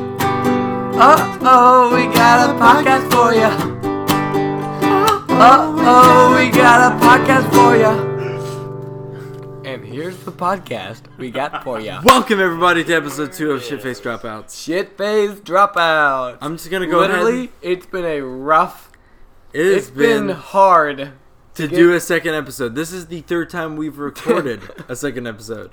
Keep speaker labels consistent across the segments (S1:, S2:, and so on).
S1: Uh oh, we got a podcast for ya. Uh oh, we got a podcast for ya. And here's the podcast we got for ya.
S2: Welcome everybody to episode two of Shitface Dropouts.
S1: Shit phase dropout.
S2: I'm just gonna go
S1: Literally,
S2: ahead.
S1: it's been a rough.
S2: It has
S1: it's been,
S2: been
S1: hard.
S2: to do a second episode. This is the third time we've recorded a second episode.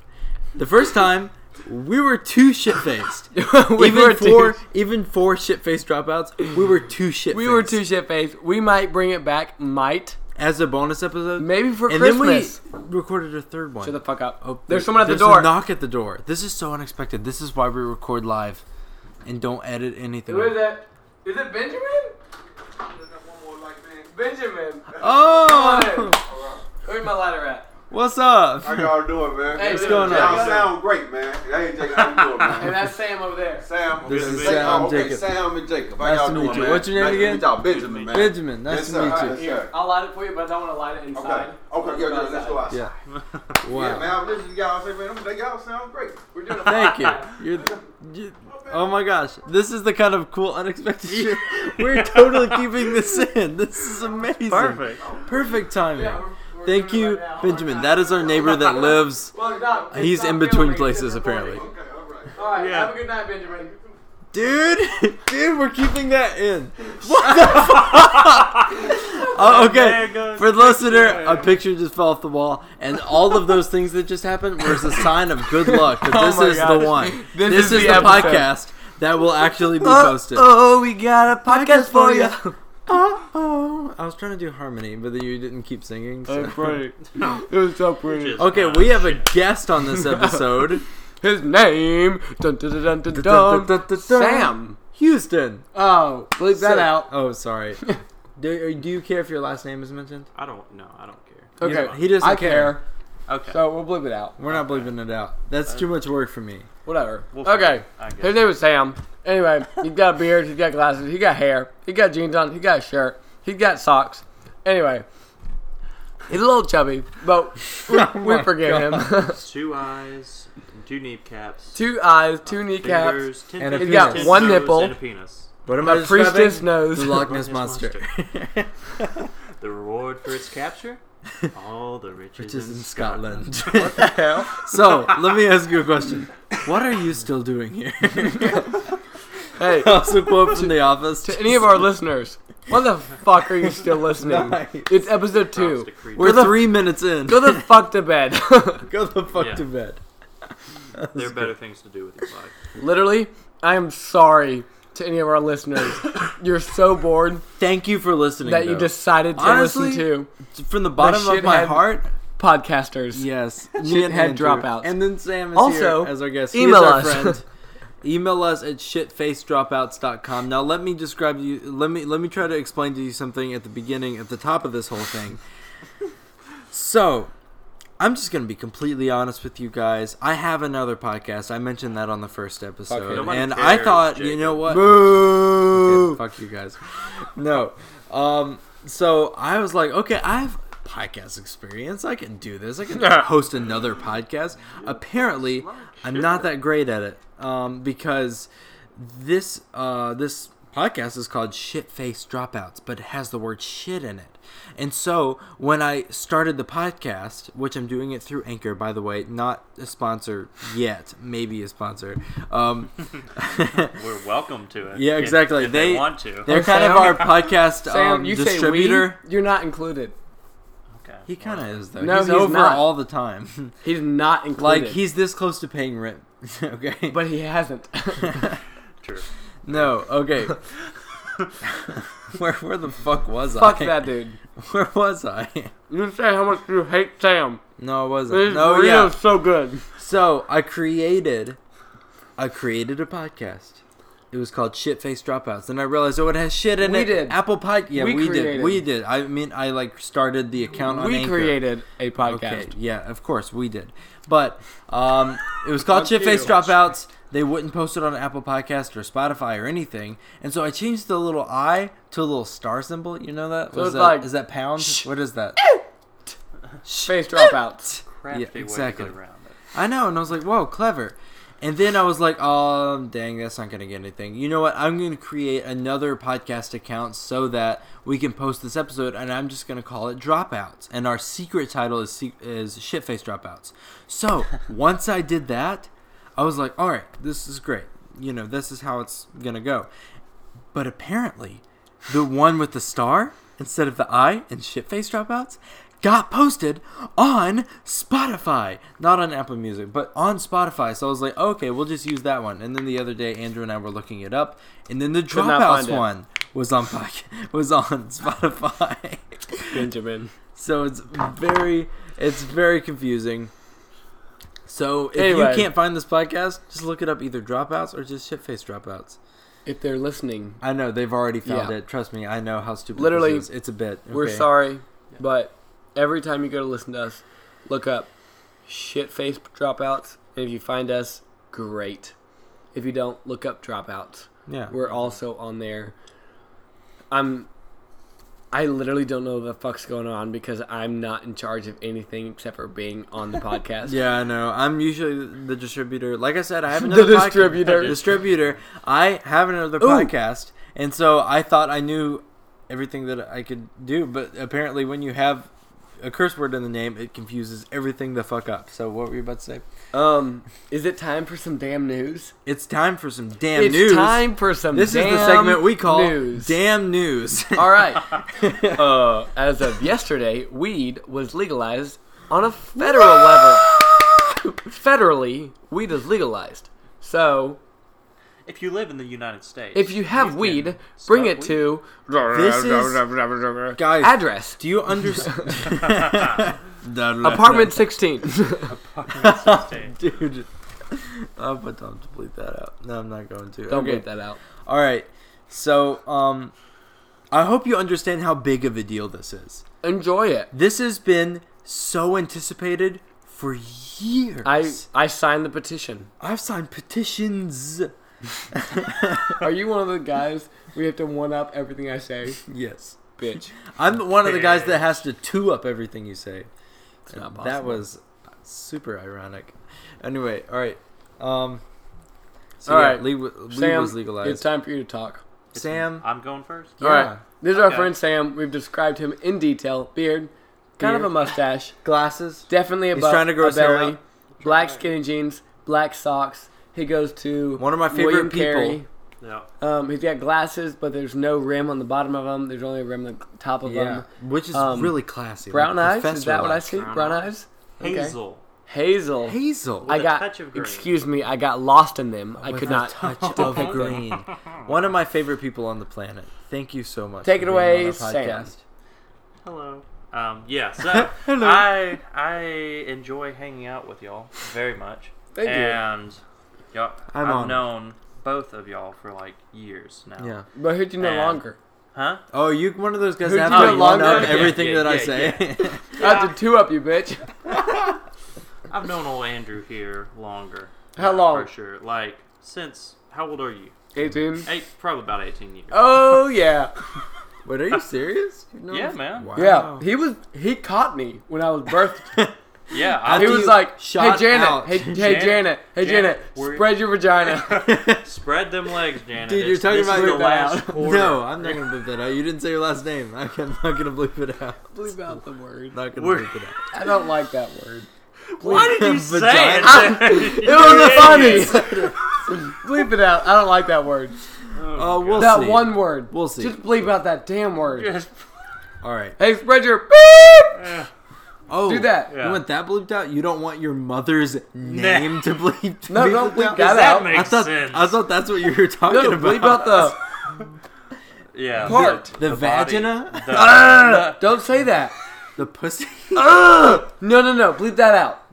S2: The first time we were too shit faced.
S1: we
S2: even
S1: were
S2: for
S1: too,
S2: even for shit faced dropouts, we were too shit.
S1: we were too shit faced. We might bring it back. Might
S2: as a bonus episode,
S1: maybe for
S2: and
S1: Christmas.
S2: then we recorded a third one.
S1: Shut the fuck up.
S2: Oh,
S1: there's someone at the
S2: there's a
S1: door.
S2: knock at the door. This is so unexpected. This is why we record live and don't edit anything.
S1: Who is it? Is it Benjamin? Benjamin.
S2: Oh,
S1: Where's my lighter at?
S2: what's up?
S3: How y'all doing, man?
S1: Hey,
S3: Hey,
S1: what's
S2: going
S3: y'all
S2: on?
S3: sound great, man. Y'all ain't Jacob. How you doing,
S1: And
S3: man?
S1: that's Sam over there.
S3: Sam.
S2: This
S3: okay,
S2: is
S3: Jacob.
S2: Sam
S3: Oh, okay,
S2: Jacob.
S3: Sam and Jacob. How
S2: Nice
S3: y'all
S2: to meet
S3: doing,
S2: you.
S3: man?
S2: What's your name
S3: nice
S2: again?
S3: To meet y'all. Benjamin, man.
S2: Benjamin, nice
S3: Yes,
S2: to
S3: sir.
S2: meet
S3: All
S2: you.
S3: right,
S1: Here,
S3: sir.
S1: I'll light it for you, but I don't want to light it
S3: Okay.
S1: inside.
S3: Okay, yeah, yeah, let's go outside.
S2: Yeah.
S3: Yeah,
S2: Wow.
S3: man, I'm listening to y'all say, man, I'm- they y'all sound great. We're doing a
S2: Thank you. You're, you. Oh my gosh, this is the kind of cool, unexpected shit. We're totally keeping this in. This is amazing.
S4: Perfect.
S2: Perfect timing.
S1: Yeah, we're- we're
S2: Thank
S1: doing it
S2: you,
S1: right now.
S2: Benjamin. That is our neighbor that lives.
S1: Well, it's not- it's
S2: He's
S1: not
S2: in between
S1: filming, it's
S2: places,
S1: just
S2: apparently.
S1: recording.
S3: Okay, all right.
S1: All right,
S4: Yeah.
S1: have a good night, Benjamin.
S2: Dude, dude, we're keeping that in. What the fuck? Oh,
S4: There
S2: okay.
S4: goes-
S2: For the listener, a picture just fell off the wall, and all of those things that just happened was a sign of good luck that
S1: Oh
S2: this
S1: my
S2: is
S1: gosh.
S2: the one.
S1: This
S2: This,
S1: is
S2: is,
S1: the
S2: the
S1: episode.
S2: podcast that will actually be Uh, posted.
S1: Oh, we got a podcast
S2: for ya. uh, Uh-oh. I was trying to do harmony, but then you didn't keep singing. so-
S1: pretty. It was so pretty.
S4: Just-
S2: Okay, we have a guest on this episode.
S1: His name, dun, dun, dun, dun, dun,
S2: Dun, dun,
S1: dun,
S2: dun, dun, dun.
S1: Sam.
S2: Houston.
S1: Oh, bleep that
S2: So-
S1: out.
S2: Oh, sorry. do, do you care if your last name is mentioned?
S4: I don't. No, I don't care.
S1: Okay,
S2: He doesn't
S1: I
S2: care.
S1: care.
S4: Okay.
S1: So we'll bleep it out.
S2: We're not bleeping it out. That's too much work for me.
S1: Whatever.
S4: We'll
S1: okay.
S4: I guess.
S1: His name was Sam. Anyway, he got a beard, he got glasses, he got hair, he got jeans on, he got a shirt, he got socks. Anyway, he's a little chubby, but we, we forgive him.
S4: two eyes, two kneecaps,
S1: two eyes, two kneecaps,
S4: fingers, ten
S2: And a He's
S4: fingers,
S2: got
S4: ten
S1: one
S4: toes,
S1: nipple.
S4: and a penis.
S2: What am
S1: a priestess
S2: The
S1: nose.
S2: Loch
S4: Loch
S2: Ness
S4: Ness
S2: monster.
S4: The reward for its capture? All the riches,
S2: Which is
S4: in
S2: in
S4: Scotland.
S2: Scotland.
S1: Hell.
S2: so let me ask you a question. What are you still doing here?
S1: Hey,
S2: also quote from The Office.
S1: to any of our listeners, why the fuck are you still listening?
S2: Nice.
S1: It's episode two.
S4: Props to Creed.
S2: We're
S1: Go the-
S2: three minutes in.
S1: Go the fuck to bed.
S2: Go the fuck
S4: Yeah.
S2: to bed.
S4: there are better things to do with your life.
S1: Literally, I am sorry to any of our listeners. You're so bored
S2: Thank you for listening.
S1: that you
S2: though.
S1: decided to
S2: Honestly,
S1: listen to
S2: from the bottom
S1: shit
S2: of my
S1: had-
S2: heart.
S1: podcasters.
S2: Yes,
S1: Shithead
S2: Andrew.
S1: dropouts.
S2: And then Sam is
S1: Also,
S2: here as our guest.
S1: email
S2: he is our
S1: us.
S2: friend. email us at shitfacedropouts.com. Now let me describe you let me let me try to explain to you something at the beginning at the top of this whole thing. so, I'm just going to be completely honest with you guys. I have another podcast. I mentioned that on the first episode.
S4: Nobody
S2: and I
S4: cares,
S2: thought, you
S4: Jacob.
S2: know what?
S1: Boo!
S2: Okay, fuck you guys. No. Um, so I was like, okay, I have podcast experience. I can do this. I can host another podcast. Apparently, I'm not that great at it um, because this uh, this podcast is called Shit Face Dropouts, but it has the word shit in it. And so when I started the podcast, which I'm doing it through Anchor, by the way, not a sponsor yet, maybe a sponsor. Um,
S4: We're welcome to it.
S2: Yeah,
S4: if-
S2: exactly.
S4: If they,
S2: They-
S4: want to.
S2: They're
S1: Oh,
S2: kind
S1: Sam?
S2: of our podcast
S1: Sam,
S2: um,
S1: you
S2: distributor.
S1: say we, you're not included.
S4: okay.
S2: he kind of is though.
S1: No,
S2: he's,
S1: he's
S2: over
S1: not.
S2: all the time.
S1: He's not
S2: like
S1: included.
S2: he's this close to paying rent. okay.
S1: but he hasn't.
S4: True.
S2: no. Okay. where where the fuck was
S1: Fuck
S2: I?
S1: that dude.
S2: Where was I?
S1: You say how much you hate Sam.
S2: No, I wasn't.
S1: His
S2: no,
S1: burrito's
S2: yeah.
S1: so good.
S2: So I created, I created a podcast It was called Shit Face Dropouts. Then I realized, oh, it has shit in
S1: We
S2: it.
S1: did.
S2: Apple Pie. Yeah,
S1: We
S2: we, did.
S1: created.
S2: We did. I mean, I like started the account on
S1: we
S2: Anchor.
S1: created a podcast.
S2: Okay, yeah, of course we did. But um, it was called Shit
S1: Fuck
S2: Face
S1: you.
S2: Dropouts. They wouldn't post it on Apple Podcast or Spotify or anything, and so I changed the little I to a little star symbol. You know that?
S1: So
S2: Was
S1: it's
S2: that
S1: like,
S2: is that pound? What is that?
S1: Space dropouts.
S4: Crafty way to get
S2: exactly.
S4: around it.
S2: I know, and I was like, whoa, clever. And then I was like, um, dang, that's not gonna get anything. You know what? I'm gonna create another podcast account so that we can post this episode, and I'm just gonna call it Dropouts. And our secret title is se- is Shitface Dropouts. So once I did that, I was like, all right, this is great. You know, this is how it's gonna go. But apparently, the one with the star instead of the I and shitface dropouts got posted on Spotify, not on Apple Music, but on Spotify. So I was like, okay, we'll just use that one. And then the other day, Andrew and I were looking it up, and then the
S1: not
S2: dropouts
S1: find it.
S2: one was on Poc- was on Spotify.
S1: Benjamin.
S2: so it's very it's very confusing. So if
S1: Anyway.
S2: you can't find this podcast, just look it up either dropouts or just shitface dropouts.
S1: If they're listening,
S2: I know they've already found
S1: Yeah.
S2: it. Trust me, I know how stupid.
S1: Literally,
S2: this is. it's a bit.
S1: we're
S2: okay.
S1: sorry, but every time you go to listen to us, look up shit face dropouts. And if you find us, great. If you don't, look up dropouts.
S2: Yeah,
S1: We're also on there. I'm. I literally don't know what the fuck's going on because I'm not in charge of anything except for being on the podcast.
S2: yeah, I know. I'm usually the distributor. Like I said, I have another podca-
S1: distributor.
S2: distributor. I have another podcast, and so I thought I knew everything that I could do, but apparently, when you have a curse word in the name, it confuses everything the fuck up. So what were you about to say?
S1: Um, is it time for some damn news?
S2: It's time for some damn
S1: it's
S2: news.
S1: time for some.
S2: This
S1: damn
S2: is the segment we call
S1: news.
S2: "Damn News."
S1: All right. uh, as of yesterday, weed was legalized on a federal level. Federally, weed is legalized. So,
S4: If you live in the United States,
S1: if you have
S4: can
S1: weed, bring
S4: smoke
S1: it
S4: weed.
S1: to
S2: This is guys.
S1: address
S2: do you understand?
S1: apartment 16.
S2: dude. Uh, but don't bleep that out. No, I'm not going to.
S1: Don't
S2: okay.
S1: bleep that out.
S2: All right. So, um, I hope you understand how big of a deal this is.
S1: Enjoy it.
S2: This has been so anticipated for years.
S1: I I signed the petition.
S2: I've signed petitions.
S1: Are you one of the guys we have to one up everything I say?
S2: Yes.
S1: Bitch.
S2: I'm one of the guys that has to two up everything you say. And
S1: not
S2: That
S1: possible.
S2: was super ironic. Anyway, all right. Um, so
S1: All
S2: yeah,
S1: right.
S2: Lee, wa- Lee
S1: Sam,
S2: was
S1: it's
S2: legalized.
S1: time for you to talk.
S2: Sam,
S4: I'm going first.
S1: All
S2: Yeah.
S1: right. This is our
S4: Okay.
S1: friend Sam. We've described him in detail. Beard, kind of a
S2: Beard.
S1: mustache,
S2: glasses.
S1: definitely a,
S2: He's
S1: bu-
S2: trying to grow
S1: a
S2: his hair
S1: belly,
S2: out.
S1: black skinny jeans, black socks. He goes to
S2: One of my favorite
S1: William
S2: people.
S1: Carey.
S4: Yeah.
S1: Um, he's got glasses, but there's no rim on the bottom of them. There's only a rim on the top of
S2: Yeah,
S1: them.
S2: which is
S1: Um,
S2: really classy.
S1: Brown
S2: like
S1: eyes? Is
S2: professor
S1: that what I
S2: like.
S1: see?
S4: Brown
S1: Brown eyes?
S4: eyes.
S1: Okay.
S4: Hazel.
S1: Hazel.
S2: Hazel.
S1: I
S4: a
S1: got.
S4: touch of green.
S1: Excuse me. I got lost in them. I
S2: With
S1: could
S2: a
S1: not.
S2: touch of green. One of my favorite people on the planet. Thank you so much.
S1: Take
S2: for
S1: it
S2: being on our
S1: away, Sam.
S2: podcast.
S4: Hello. Um, yeah, so I I enjoy hanging out with y'all very much.
S1: Thank you.
S4: and you. all
S2: I'm
S4: I've
S2: honored.
S4: known both of y'all for like years now.
S2: Yeah.
S1: But who'd you no
S4: And-
S1: longer?
S4: Huh?
S2: Oh, you one of those guys
S1: Who
S2: that
S1: do you
S2: have to
S1: know
S2: one
S1: longer?
S2: up
S1: Yeah,
S2: everything
S4: yeah,
S2: that I
S4: yeah,
S2: say.
S1: I have to two up you, bitch.
S4: I've known old Andrew here longer.
S1: How
S4: Yeah,
S1: long?
S4: For sure. Like since how old are you?
S1: 18.
S4: Eight, probably about eighteen years.
S1: Oh, yeah.
S2: Wait, are you serious? You've known
S4: yeah,
S2: him-
S4: man.
S2: Wow.
S1: Yeah. He was. He caught me when I was birthed.
S4: Yeah,
S1: He
S4: I
S2: After
S1: was
S2: you
S1: like, hey,
S2: shot
S1: Janet,
S2: out.
S1: hey, hey,
S4: Janet,
S1: Janet, hey, Janet,
S4: Janet, we're-
S1: spread your vagina.
S4: spread them legs, Janet.
S2: Dude,
S4: It's-
S2: you're talking
S4: this
S2: about
S4: is the
S2: your
S4: last quarter.
S2: No, I'm not gonna bleep that out. You didn't say your last name. I'm not gonna bleep it out.
S1: Bleep out the word.
S2: Not gonna
S4: We're-
S2: bleep it out.
S1: I don't like that word.
S4: Why did you say
S2: Vagina.
S4: it?
S1: It was funny. bleep it out. I don't like that word.
S2: Oh, we'll
S1: that
S2: see.
S1: one word.
S2: We'll see.
S1: Just bleep out that damn word.
S2: All right.
S1: Hey, spread your beep.
S2: Oh,
S1: Do that.
S4: Yeah.
S2: You want that bleeped out? You don't want your mother's name to bleep.
S1: No,
S2: bleep
S1: don't bleep
S2: out?
S1: that
S4: that
S1: out.
S4: make-
S2: I
S4: Makes
S2: thought
S4: sense.
S2: I thought that's what you were talking
S1: No,
S2: about.
S1: bleep out the
S4: Yeah.
S1: part.
S2: the,
S4: body.
S2: vagina,
S4: The,
S1: Don't say that.
S2: the pussy.
S1: Ugh. No, no, no. Bleep that out.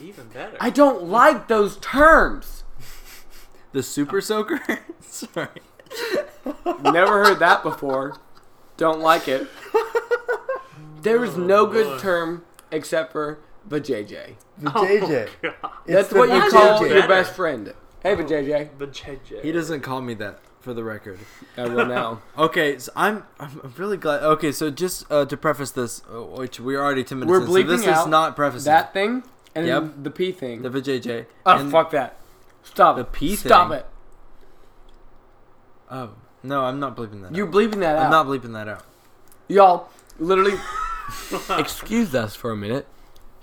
S4: even better.
S1: I don't like those terms.
S2: The Super Soaker? Sorry.
S1: Never heard that before. Don't like it. There is no good term except for vajayjay.
S5: The JJ.
S4: Oh,
S1: That's
S5: the
S1: what you
S5: vajayjay.
S1: call your
S4: Better.
S1: best friend. Hey, vajayjay.
S2: He
S4: Vajayjay.
S2: doesn't call me that, for the record.
S1: I will now.
S2: Okay, so I'm I'm I'm really glad. Okay, so just uh, to preface this, uh, which we're already ten minutes
S1: We're
S2: in, so this
S1: bleeping out
S2: is not prefacing
S1: That thing and
S2: Yep.
S1: then the P thing.
S2: the vajayjay.
S1: oh,
S2: and-
S1: fuck that. Stop
S2: The
S1: it.
S2: P
S1: Stop
S2: thing.
S1: it.
S2: Oh no, I'm not bleeping that.
S1: You're
S2: out.
S1: bleeping that out.
S2: I'm not bleeping that out.
S1: Y'all, literally, excuse us for a minute.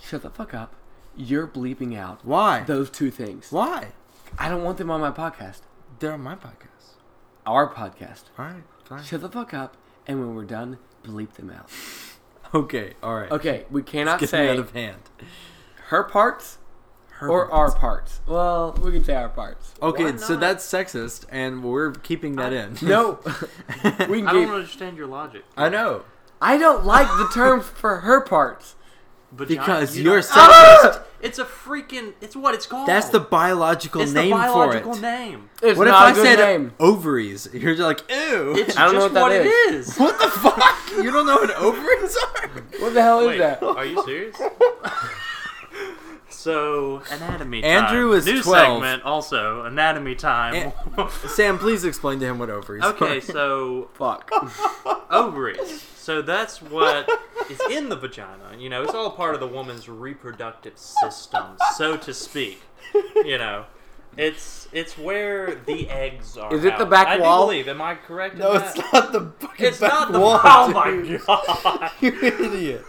S1: Shut the fuck up. You're bleeping out
S2: Why?
S1: those two things.
S2: Why?
S1: I don't want them on my podcast.
S2: They're on my podcast.
S1: Our podcast.
S2: All right, fine.
S1: Shut the fuck up, and when we're done, bleep them out.
S2: Okay, all right.
S1: Okay, we cannot
S2: Getting
S1: say
S2: out of hand.
S1: her parts or our parts. Well, we can say our parts.
S2: Okay,
S4: Why
S2: so
S4: not?
S2: that's sexist, and we're keeping that in.
S1: No, we can
S4: I
S1: keep.
S4: don't understand your logic.
S2: I know
S1: I don't like the term for her parts.
S4: Vagi-
S2: because
S4: you
S2: you are
S4: don't-
S2: sexist.
S1: Oh!
S4: It's a freaking. It's what it's called.
S2: That's the biological
S4: it's
S2: name
S4: the biological
S2: for it.
S4: name.
S1: It's
S2: What if
S1: not
S2: I
S1: a good
S2: said
S1: name.
S2: ovaries? You're just like ew.
S4: It's
S1: I don't know
S4: just
S1: what
S4: what,
S1: that
S4: it is.
S2: What the fuck? You don't know what ovaries are?
S1: What the hell is
S4: Wait,
S1: that?
S4: are you serious? so anatomy.
S2: Andrew
S4: time.
S2: is
S4: new
S2: 12.
S4: segment also anatomy time.
S2: Sam, please explain to him what ovaries
S4: okay,
S2: are.
S4: so
S1: Fuck.
S4: ovaries. So that's what is in the vagina. You know, it's all part of the woman's reproductive system, so to speak. You know, it's it's where the eggs are.
S1: Is it the
S4: out.
S1: back
S4: I do
S1: wall?
S4: believe. Am I correct?
S5: No,
S4: in
S5: it's
S4: that?
S5: not the fucking
S4: It's not the.
S5: wall.
S4: oh my god.
S5: You idiot.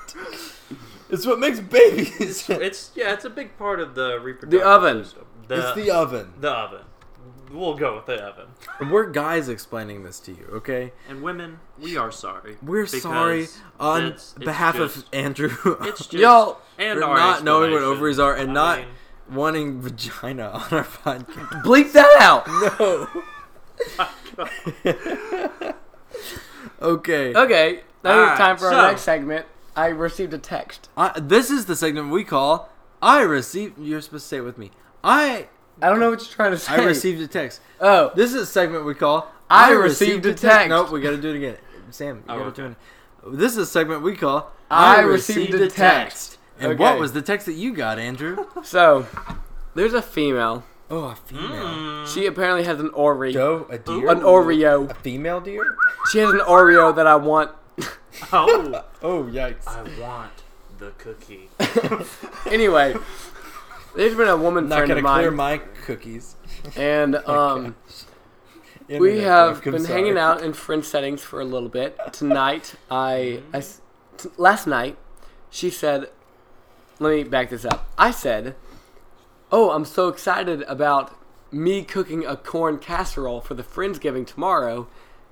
S5: It's what makes babies. It's,
S4: It's yeah, it's a big part of the reproductive.
S1: The oven.
S4: system.
S5: the
S4: uh,
S5: oven.
S4: The oven. We'll go with the oven.
S2: We're guys explaining this to you, okay?
S4: And women, we are sorry.
S2: We're
S4: Because
S2: sorry on
S4: it's- it's
S2: behalf of
S4: just-
S2: Andrew.
S4: it's just
S1: Y'all,
S4: and
S2: for
S4: our
S2: not knowing what
S4: explanation.
S2: ovaries are and
S4: I
S2: not
S4: mean,
S2: wanting vagina on our podcast.
S1: Bleep that out.
S2: No. okay.
S1: Okay, now
S2: All
S1: it's
S2: right,
S1: time for
S4: so-
S1: our next segment. I received a text.
S2: I, this is the segment we call I received. You're supposed to say it with me. I
S1: I don't know what you're trying to say.
S2: I received a text.
S1: Oh,
S2: This is a segment we call
S1: I received a text.
S2: Nope, we gotta do it again. Sam, you
S4: Oh,
S2: gotta
S4: okay.
S2: do it. This is a segment we call
S1: I received a text.
S2: And
S1: Okay.
S2: what was the text that you got, Andrew?
S1: so there's a female.
S2: Oh, a female.
S4: Mm.
S1: She apparently has an Oreo.
S5: Doe, a deer.
S1: An Oreo.
S5: A female deer?
S1: She has an Oreo that I want.
S4: oh,
S5: Oh, yikes.
S4: I want the cookie.
S1: Anyway, there's been a woman
S5: not
S1: friend
S5: gonna
S1: of mine,
S5: clear my cookies.
S1: and um, we
S5: Internet
S1: have
S5: joke, I'm
S1: been
S5: sorry.
S1: hanging out in friend settings for a little bit. Tonight, I, I s- t- last night, she said, "Let me back this up." I said, "Oh, I'm so excited about me cooking a corn casserole for the friendsgiving tomorrow,"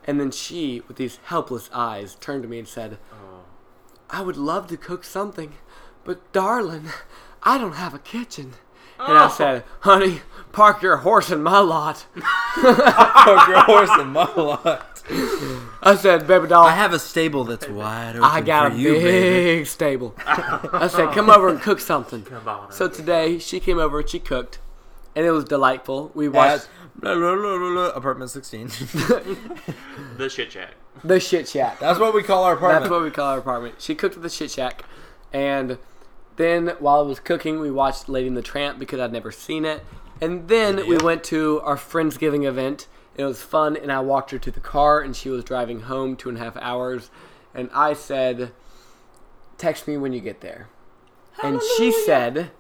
S1: and then she, with these helpless eyes, turned to me and said. I would love to cook something, but darling, I don't have a kitchen. And I said, honey, park your horse in my lot.
S5: Fuck your horse and my lot.
S1: I said, baby doll,
S2: I
S1: I,
S2: have a stable that's wide open
S1: got
S2: for
S1: a
S2: you,
S1: big
S2: baby.
S1: stable. I said, come over and cook something.
S4: Come on.
S1: So today she came over and she cooked, and it was delightful. We
S2: At
S1: watched
S2: blah, blah, blah, blah, blah, apartment 16.
S4: the shit shack.
S1: the shit shack.
S5: That's what we call our apartment.
S1: That's what we call our apartment. She cooked at the shit shack, and then while I was cooking, we watched Lady and the Tramp because I'd never seen it. And then we went to our friendsgiving event. It was fun, and I walked her to the car, and she was driving home two and a half hours. And I said, "Text me when you get there." And she said,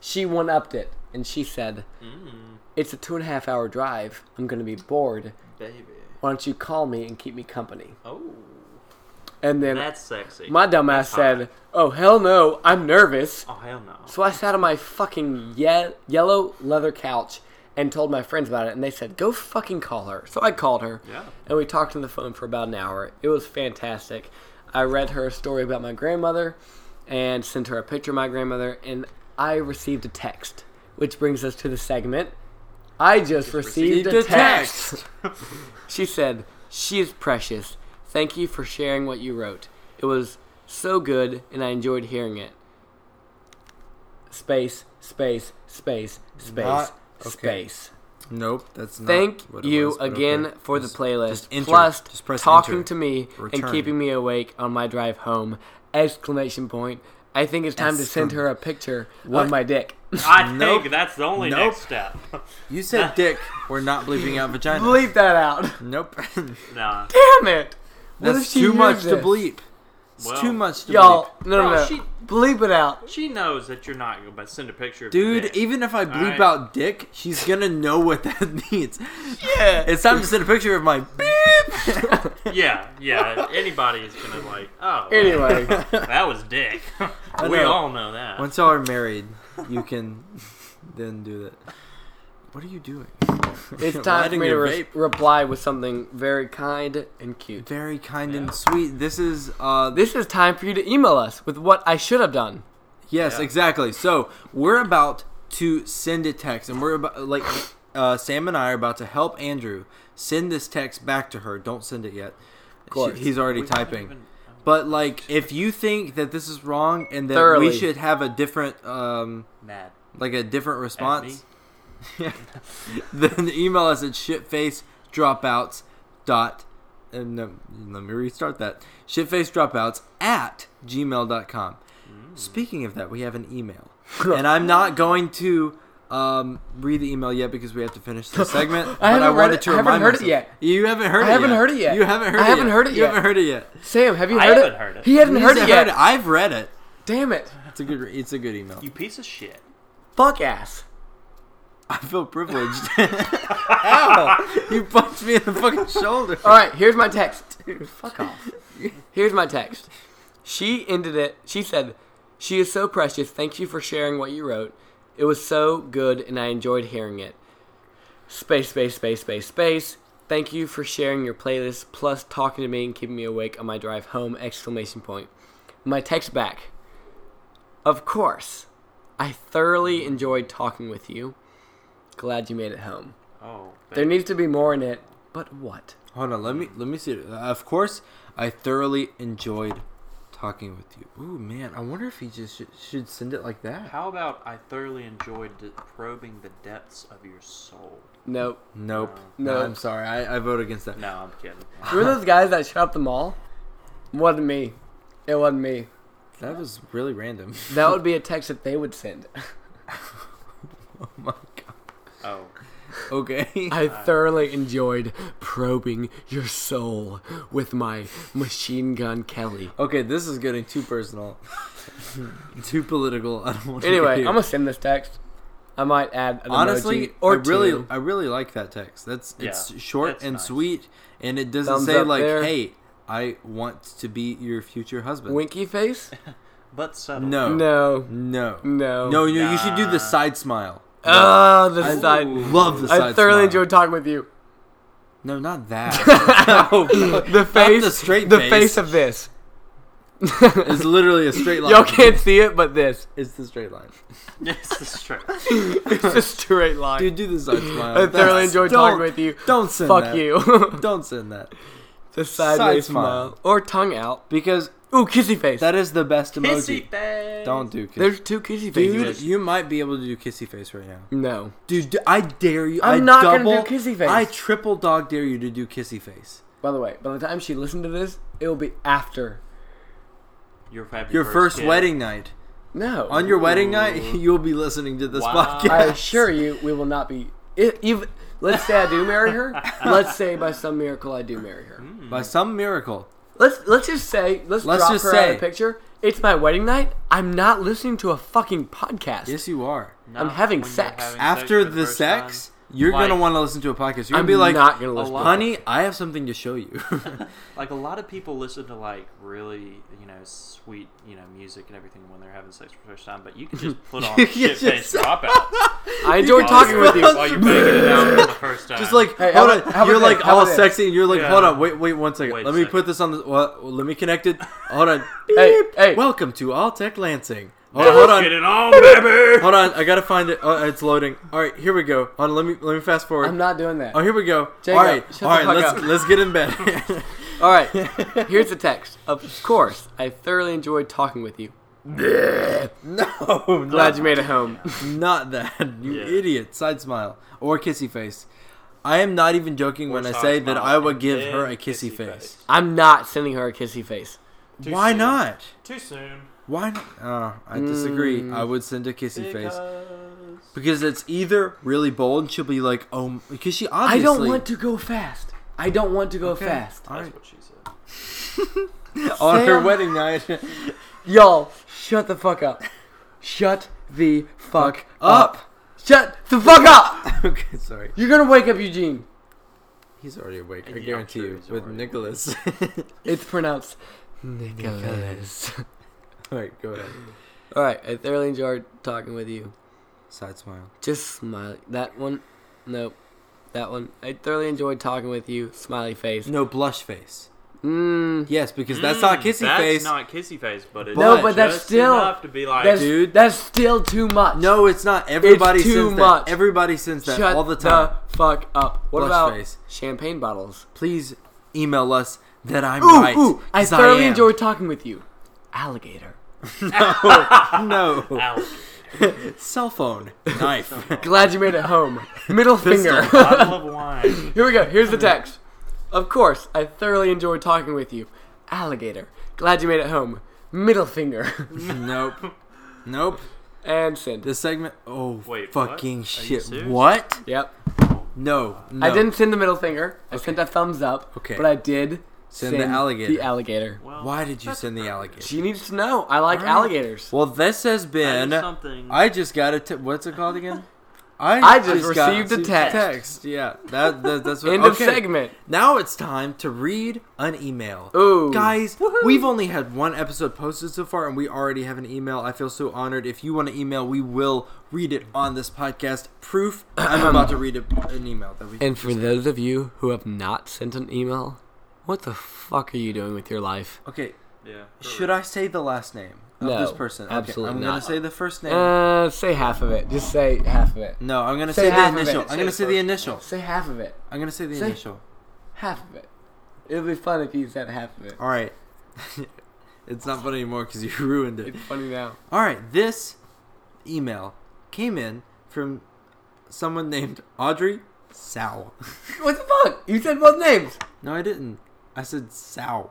S1: she one upped it, and she said, "It's a two and a half hour drive. I'm going to be bored.
S4: Baby.
S1: Why don't you call me and keep me company?"
S4: Oh,
S1: And then
S4: that's sexy.
S1: my dumbass
S4: hot.
S1: said, "Oh hell no, I'm nervous."
S4: oh hell no.
S1: So I sat on my fucking ye- yellow leather couch and told my friends about it, and they said, "Go fucking call her." So I called her,
S4: Yeah.
S1: and we talked on the phone for about an hour. It was fantastic. I read her a story about my grandmother, and sent her a picture of my grandmother, and I received a text, which brings us to the segment. I just, received,
S2: received
S1: a
S2: a
S1: text. She said, She is precious. Thank you for sharing what you wrote. It was so good, and I enjoyed hearing it. Space, space, space, space,
S5: Not- okay.
S1: space.
S2: Nope, that's not.
S1: Thank
S2: what it
S1: you
S2: was, but
S1: again
S2: okay.
S1: for the
S2: Just-
S1: playlist.
S2: just enter.
S1: Plus,
S2: Just press
S1: talking
S2: enter.
S1: to me and
S2: Return.
S1: keeping me awake on my drive home! Exclamation point! I think it's time to send her a picture
S2: What?
S1: of my dick.
S4: I
S2: Nope.
S4: think that's the only
S2: Nope.
S4: next step.
S2: You said dick. We're not bleeping out vagina.
S1: Bleep that out!
S2: Nope.
S4: nah.
S1: Damn it! What if
S2: That's
S1: she
S2: too
S1: hears
S2: much to
S1: this?
S2: bleep. It's
S4: Well,
S2: too much to
S1: Y'all,
S2: bleep.
S1: no, no,
S4: Bro,
S1: no.
S4: she-
S1: Bleep it out.
S4: She knows that you're not going to send a picture of your
S2: Dude,
S4: dick.
S2: even if I bleep
S4: right.
S2: out dick, she's gonna know what that means.
S1: Yeah.
S2: It's time to send a picture of my beep.
S4: Yeah, yeah. Anybody is going to, like, oh. well,
S1: Anyway,
S4: That was dick. we
S2: know.
S4: all know that.
S2: Once y'all are married, you can then do that. What are you doing?
S1: it's time for
S2: Lighting
S1: me to
S2: your
S1: re-
S2: vape.
S1: reply with something very kind and cute.
S2: Very kind and sweet. This is uh
S1: This is time for you to email us with what I should have done.
S2: Yes,
S4: Yeah.
S2: exactly. So we're about to send a text, and we're about like uh, Sam and I are about to help Andrew send this text back to her. Don't send it yet.
S1: course.
S2: She- he's already
S4: We haven't
S2: typing.
S4: even-
S2: But like, if you think that this is wrong and that
S1: Thoroughly.
S2: we should have a different, um,
S4: Mad.
S2: like a different
S4: At me.
S2: response, then email us at shitfacedropouts dot. And no, let me restart that. Shitfacedropouts at gmail.com.
S1: Mm.
S2: Speaking of that, we have an email. and I'm not going to um, read the email yet because we have to finish the segment. but I
S1: haven't read
S2: wanted
S1: it-
S2: to
S1: I haven't
S2: remind
S1: heard it
S2: myself-
S1: yet.
S2: You haven't heard
S1: I
S2: it
S1: haven't
S2: yet.
S1: heard it yet.
S2: You haven't heard
S1: I
S2: it
S1: haven't
S2: yet.
S1: heard it
S2: You
S1: yet.
S2: haven't heard it yet.
S1: Sam, have you
S4: I
S1: heard it?
S4: haven't heard it.
S1: He hadn't
S2: You
S1: heard
S2: haven't
S1: it yet.
S2: I've read it.
S1: Damn it.
S2: It's a good. It's a good email.
S4: You piece of shit.
S1: Fuck ass.
S2: I feel privileged. Ow! You punched me in the fucking shoulder.
S1: All right, here's my text. Fuck off. Here's my text. She ended it. She said, "She is so precious. Thank you for sharing what you wrote. It was so good, and I enjoyed hearing it." Space, space, space, space, space. Thank you for sharing your playlist, plus talking to me and keeping me awake on my drive home! Exclamation point. My text back. Of course, I thoroughly enjoyed talking with you. Glad you made it home.
S4: Oh.
S1: There needs to be more in it, but what?
S2: Hold on. Let me let me see. Uh, Of course, I thoroughly enjoyed talking with you. Ooh man, I wonder if he just should, should send it like that.
S4: How about I thoroughly enjoyed d- probing the depths of your soul?
S1: Nope.
S2: Nope.
S1: No.
S2: No, I'm sorry. I, I vote against that.
S4: No, I'm kidding.
S1: Remember those guys that shut up the mall? Wasn't me. It wasn't me.
S2: That was really random.
S1: That would be a text that they would send.
S2: oh my god.
S4: Oh.
S2: Okay.
S1: I thoroughly enjoyed probing your soul with my machine gun Kelly.
S2: Okay, this is getting too personal. too political. I don't want to
S1: Anyway, I'm gonna send this text. I might add an
S2: Honestly,
S1: emoji or
S2: I really,
S1: two.
S2: I really like that text. That's it's
S4: Yeah,
S2: short
S4: that's
S2: and
S4: nice.
S2: sweet, and it doesn't
S1: Thumbs
S2: say
S1: up
S2: like,
S1: there.
S2: "Hey, I want to be your future husband."
S1: winky face.
S4: But subtle.
S2: No, no,
S1: No,
S2: no, no,
S1: no,
S2: no. You should do the side smile.
S1: Oh, the
S2: I
S1: side.
S2: love the side.
S1: I thoroughly
S2: smile.
S1: enjoyed talking with you.
S2: No, not that. no,
S1: The face,
S2: the straight
S1: the
S2: face.
S1: face of this.
S2: It's literally a straight line.
S1: Y'all can't see it, but this.
S2: It's the straight line.
S4: It's the strip.
S1: It's a straight line.
S2: Dude, do the side smile.
S1: I thoroughly
S2: That's-
S1: enjoyed
S2: don't-
S1: talking with you.
S2: Don't send
S1: Fuck
S2: that.
S1: you.
S2: Don't send that
S1: the
S2: Side
S1: sideways
S2: smile.
S1: smile. Or tongue out.
S2: because
S1: Ooh, kissy face.
S2: that is the best emoji.
S4: Kissy face.
S2: Don't do kissy.
S1: There's two kissy faces.
S2: Dude, you might be able to do kissy face right now.
S1: No.
S2: Dude, d- I dare you.
S1: I'm
S2: I
S1: not gonna
S2: double-
S1: do kissy face.
S2: I triple dog dare you to do kissy face.
S1: By the way, by the time she listened to this, it will be after.
S4: Your, happy
S2: Your first
S4: kid.
S2: wedding night.
S1: No.
S2: On your wedding night, you'll be listening to this
S4: Wow.
S2: podcast.
S1: I assure you, we will not be. i even, let's say I do marry her. let's say by some miracle I do marry her.
S2: By some miracle.
S1: Let's let's just say Hmm. let's,
S2: Let's
S1: drop
S2: just
S1: her out
S2: say-
S1: of the picture. It's my wedding night. I'm not listening to a fucking podcast.
S2: Yes, you are.
S4: Not
S1: I'm having
S4: when you're
S1: sex.
S4: having
S2: After
S4: for
S2: the
S4: first
S2: sex,
S4: time.
S2: you're
S4: Like-
S2: gonna want to listen to a podcast. You're gonna
S1: I'm
S2: be like,
S1: not gonna listen
S4: to a
S2: honey, I have something to show you.
S4: Like a lot of people listen to like really, you know, sweet, you know, music and everything when they're having sex for the first time, but you can just put on
S2: You can
S4: shit face
S2: just-
S4: dropouts.
S1: I enjoyed
S4: while
S1: talking
S4: you're-
S1: with you.
S4: while you're making it out for the first time.
S2: Just like,
S1: Hey, how
S2: hold
S1: about-
S2: on,
S1: how about
S2: you're
S1: this?
S2: like
S1: How
S2: all
S1: about this?
S2: sexy, and you're like,
S4: Yeah.
S2: hold on, wait, wait, one second.
S4: Wait
S2: let
S4: a
S2: me
S4: second.
S2: put this on the. Well, let me connect it. Hold on.
S1: Hey,
S2: Beep.
S1: hey.
S2: Welcome to All Tech Lansing. Hold
S4: Let's
S2: on, hold on.
S4: get it on, baby.
S2: Hold on, I gotta find it. Uh, it's loading. All right, here we go. Hold on, let me let me fast forward.
S1: I'm not doing that.
S2: Oh, here we go.
S1: Jacob,
S2: all right,
S1: shut the
S2: all right,
S1: fuck
S2: let's
S1: up.
S2: let's get in bed.
S1: All right, here's the text. Of course, I thoroughly enjoyed talking with you.
S2: No,
S1: Glad
S2: not,
S1: you made it home.
S2: not that. You
S4: Yeah.
S2: idiot. Side smile or kissy face. I am not even joking when I
S4: side
S2: say that
S4: smile
S2: I would
S4: and
S2: give
S4: then
S2: her a kissy,
S4: kissy
S2: face.
S4: face.
S1: I'm not sending her a kissy face.
S4: Too
S2: Why
S4: soon.
S2: not?
S4: Too soon.
S2: Why not? Uh, I disagree. I
S1: Mm.
S2: would send a kissy face
S4: Because
S2: because it's either really bold and she'll be like, "Oh," because she
S1: I
S2: obviously.
S1: don't want to go fast. I don't want to go
S2: Okay.
S1: fast.
S2: All
S4: that's
S2: right.
S4: what she said.
S2: On her
S1: Sam.
S2: wedding night.
S1: Y'all, shut the fuck up. Shut the fuck up.
S2: Up.
S1: Shut the fuck up.
S2: okay, sorry.
S1: You're gonna wake up Eugene.
S2: He's already awake. I
S4: Yeah, I'm
S2: guarantee
S4: sure
S2: you.
S4: he's
S2: With
S4: already
S2: Nicholas.
S1: It's pronounced Nicholas.
S2: All right, go ahead.
S1: All right, I thoroughly enjoyed talking with you.
S2: Side smile.
S1: Just smile. That one, nope. That one. I thoroughly enjoyed talking with you. Smiley face.
S2: No blush face.
S1: Mmm.
S2: Yes, because that's not
S4: Mm,
S2: kissy
S4: that's
S2: face.
S4: not kissy face, but it's
S2: No, but
S1: that's
S4: just
S1: still-
S4: enough to be like
S1: That's,
S2: dude.
S1: that's still too much.
S2: No, it's not. Everybody
S1: too
S2: sends
S1: much.
S2: that. Everybody sends that
S1: shut
S2: all the time.
S1: the fuck up. What
S2: Blush
S1: about
S2: face.
S1: champagne bottles?
S2: Please email us that I'm
S1: Ooh,
S2: right.
S1: ooh. I
S2: 'cause
S1: thoroughly
S2: am.
S1: enjoyed talking with you. Alligator.
S2: No,
S4: "Ow,
S2: cell phone, knife.
S1: Glad you made it home. Middle finger.
S4: bottle of wine.
S1: Here we go. Here's the text. Of course, I thoroughly enjoyed talking with you. Alligator. Glad you made it home. Middle finger.
S2: nope, nope.
S1: and send.
S2: This segment. Oh,
S4: Wait, what?
S2: fucking
S4: Are you
S2: shit.
S4: serious?
S2: What?
S1: Yep.
S2: No, no.
S1: I didn't send the middle finger. I sent a thumbs up.
S2: Okay.
S1: But I did
S2: Send the alligator.
S1: The alligator.
S4: Well,
S2: Why did you
S4: that's
S2: send the
S4: appropriate.
S2: alligator?
S1: She needs to know. I like
S2: Alright.
S1: alligators.
S2: Well, this has
S4: That is
S2: been.
S4: something.
S2: I just got a. T- what's it called again? I,
S1: I just
S2: got-
S1: received a text.
S2: text. Yeah, that, that that's what.
S1: End
S2: okay.
S1: of segment.
S2: Now it's time to read an email.
S1: Ooh.
S2: Guys, we've only had one episode posted so far, and we already have an email. I feel so honored. If you want to email, we will read it on this podcast. Proof. I'm about to read a, an email that we.
S1: And for those of you who have not sent an email, what the fuck are you doing with your life?
S2: okay,
S4: yeah.
S2: should I say the last name of
S1: No,
S2: this person? Okay,
S1: absolutely
S2: I'm gonna
S1: not.
S2: say the first name.
S1: Uh, say half of it. Just say half of it.
S2: no, I'm gonna
S1: say
S2: say, the
S1: half of it.
S2: initial.
S1: Say
S2: I'm gonna
S4: the
S2: say the
S4: first
S2: initial.
S1: Say half of it.
S2: I'm gonna say the
S1: Say-
S2: initial.
S1: Half of it. It'll be fun if you said half of it.
S2: All right. it's not funny anymore because you ruined it.
S1: It's funny now.
S2: All right, this email came in from someone named Audrey Sow.
S1: What the fuck? You said both names.
S2: No, I didn't. I said Sow.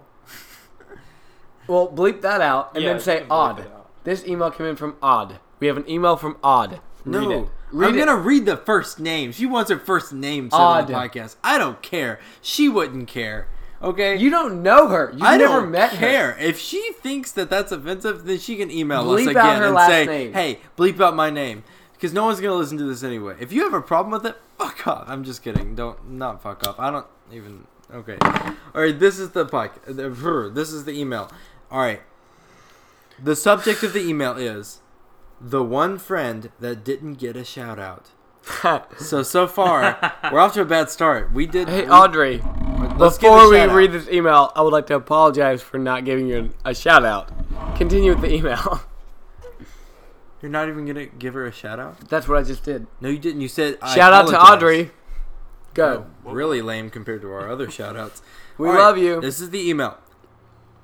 S1: Well, bleep that out and
S4: Yeah,
S1: then say
S4: bleep
S1: odd.
S4: it out.
S1: This email came in from odd. We have an email from odd. Read
S2: No,
S1: it. Read
S2: I'm
S1: it.
S2: gonna read the first name. She wants her first name said on the
S1: Odd.
S2: podcast. I don't care. She wouldn't care. Okay,
S1: You don't know her. You've
S2: I
S1: never
S2: don't
S1: met her.
S2: care. If she thinks that that's offensive, then she can email
S1: Bleep
S2: us
S1: out
S2: again
S1: her
S2: and
S1: last
S2: say,
S1: name.
S2: "Hey, bleep out my name," because no one's gonna listen to this anyway. If you have a problem with it, fuck off. I'm just kidding. Don't not fuck off. I don't even. Okay. All right. This is the podcast. This is the email. All right. The subject of the email is the one friend that didn't get a shout out. So so far, we're off to a bad start. We did.
S1: hey,
S2: we-
S1: Audrey.
S2: let's give a
S1: Before we
S2: shout-out.
S1: read this email, I would like to apologize for not giving you a shout out. Continue with the email.
S2: you're not even gonna give her a shout out.
S1: That's what I just did.
S2: No, you didn't. You said I
S1: shout out to
S2: apologize.
S1: Audrey. Go.
S2: Really lame compared to our other shout outs.
S1: We love you.
S2: This is the email.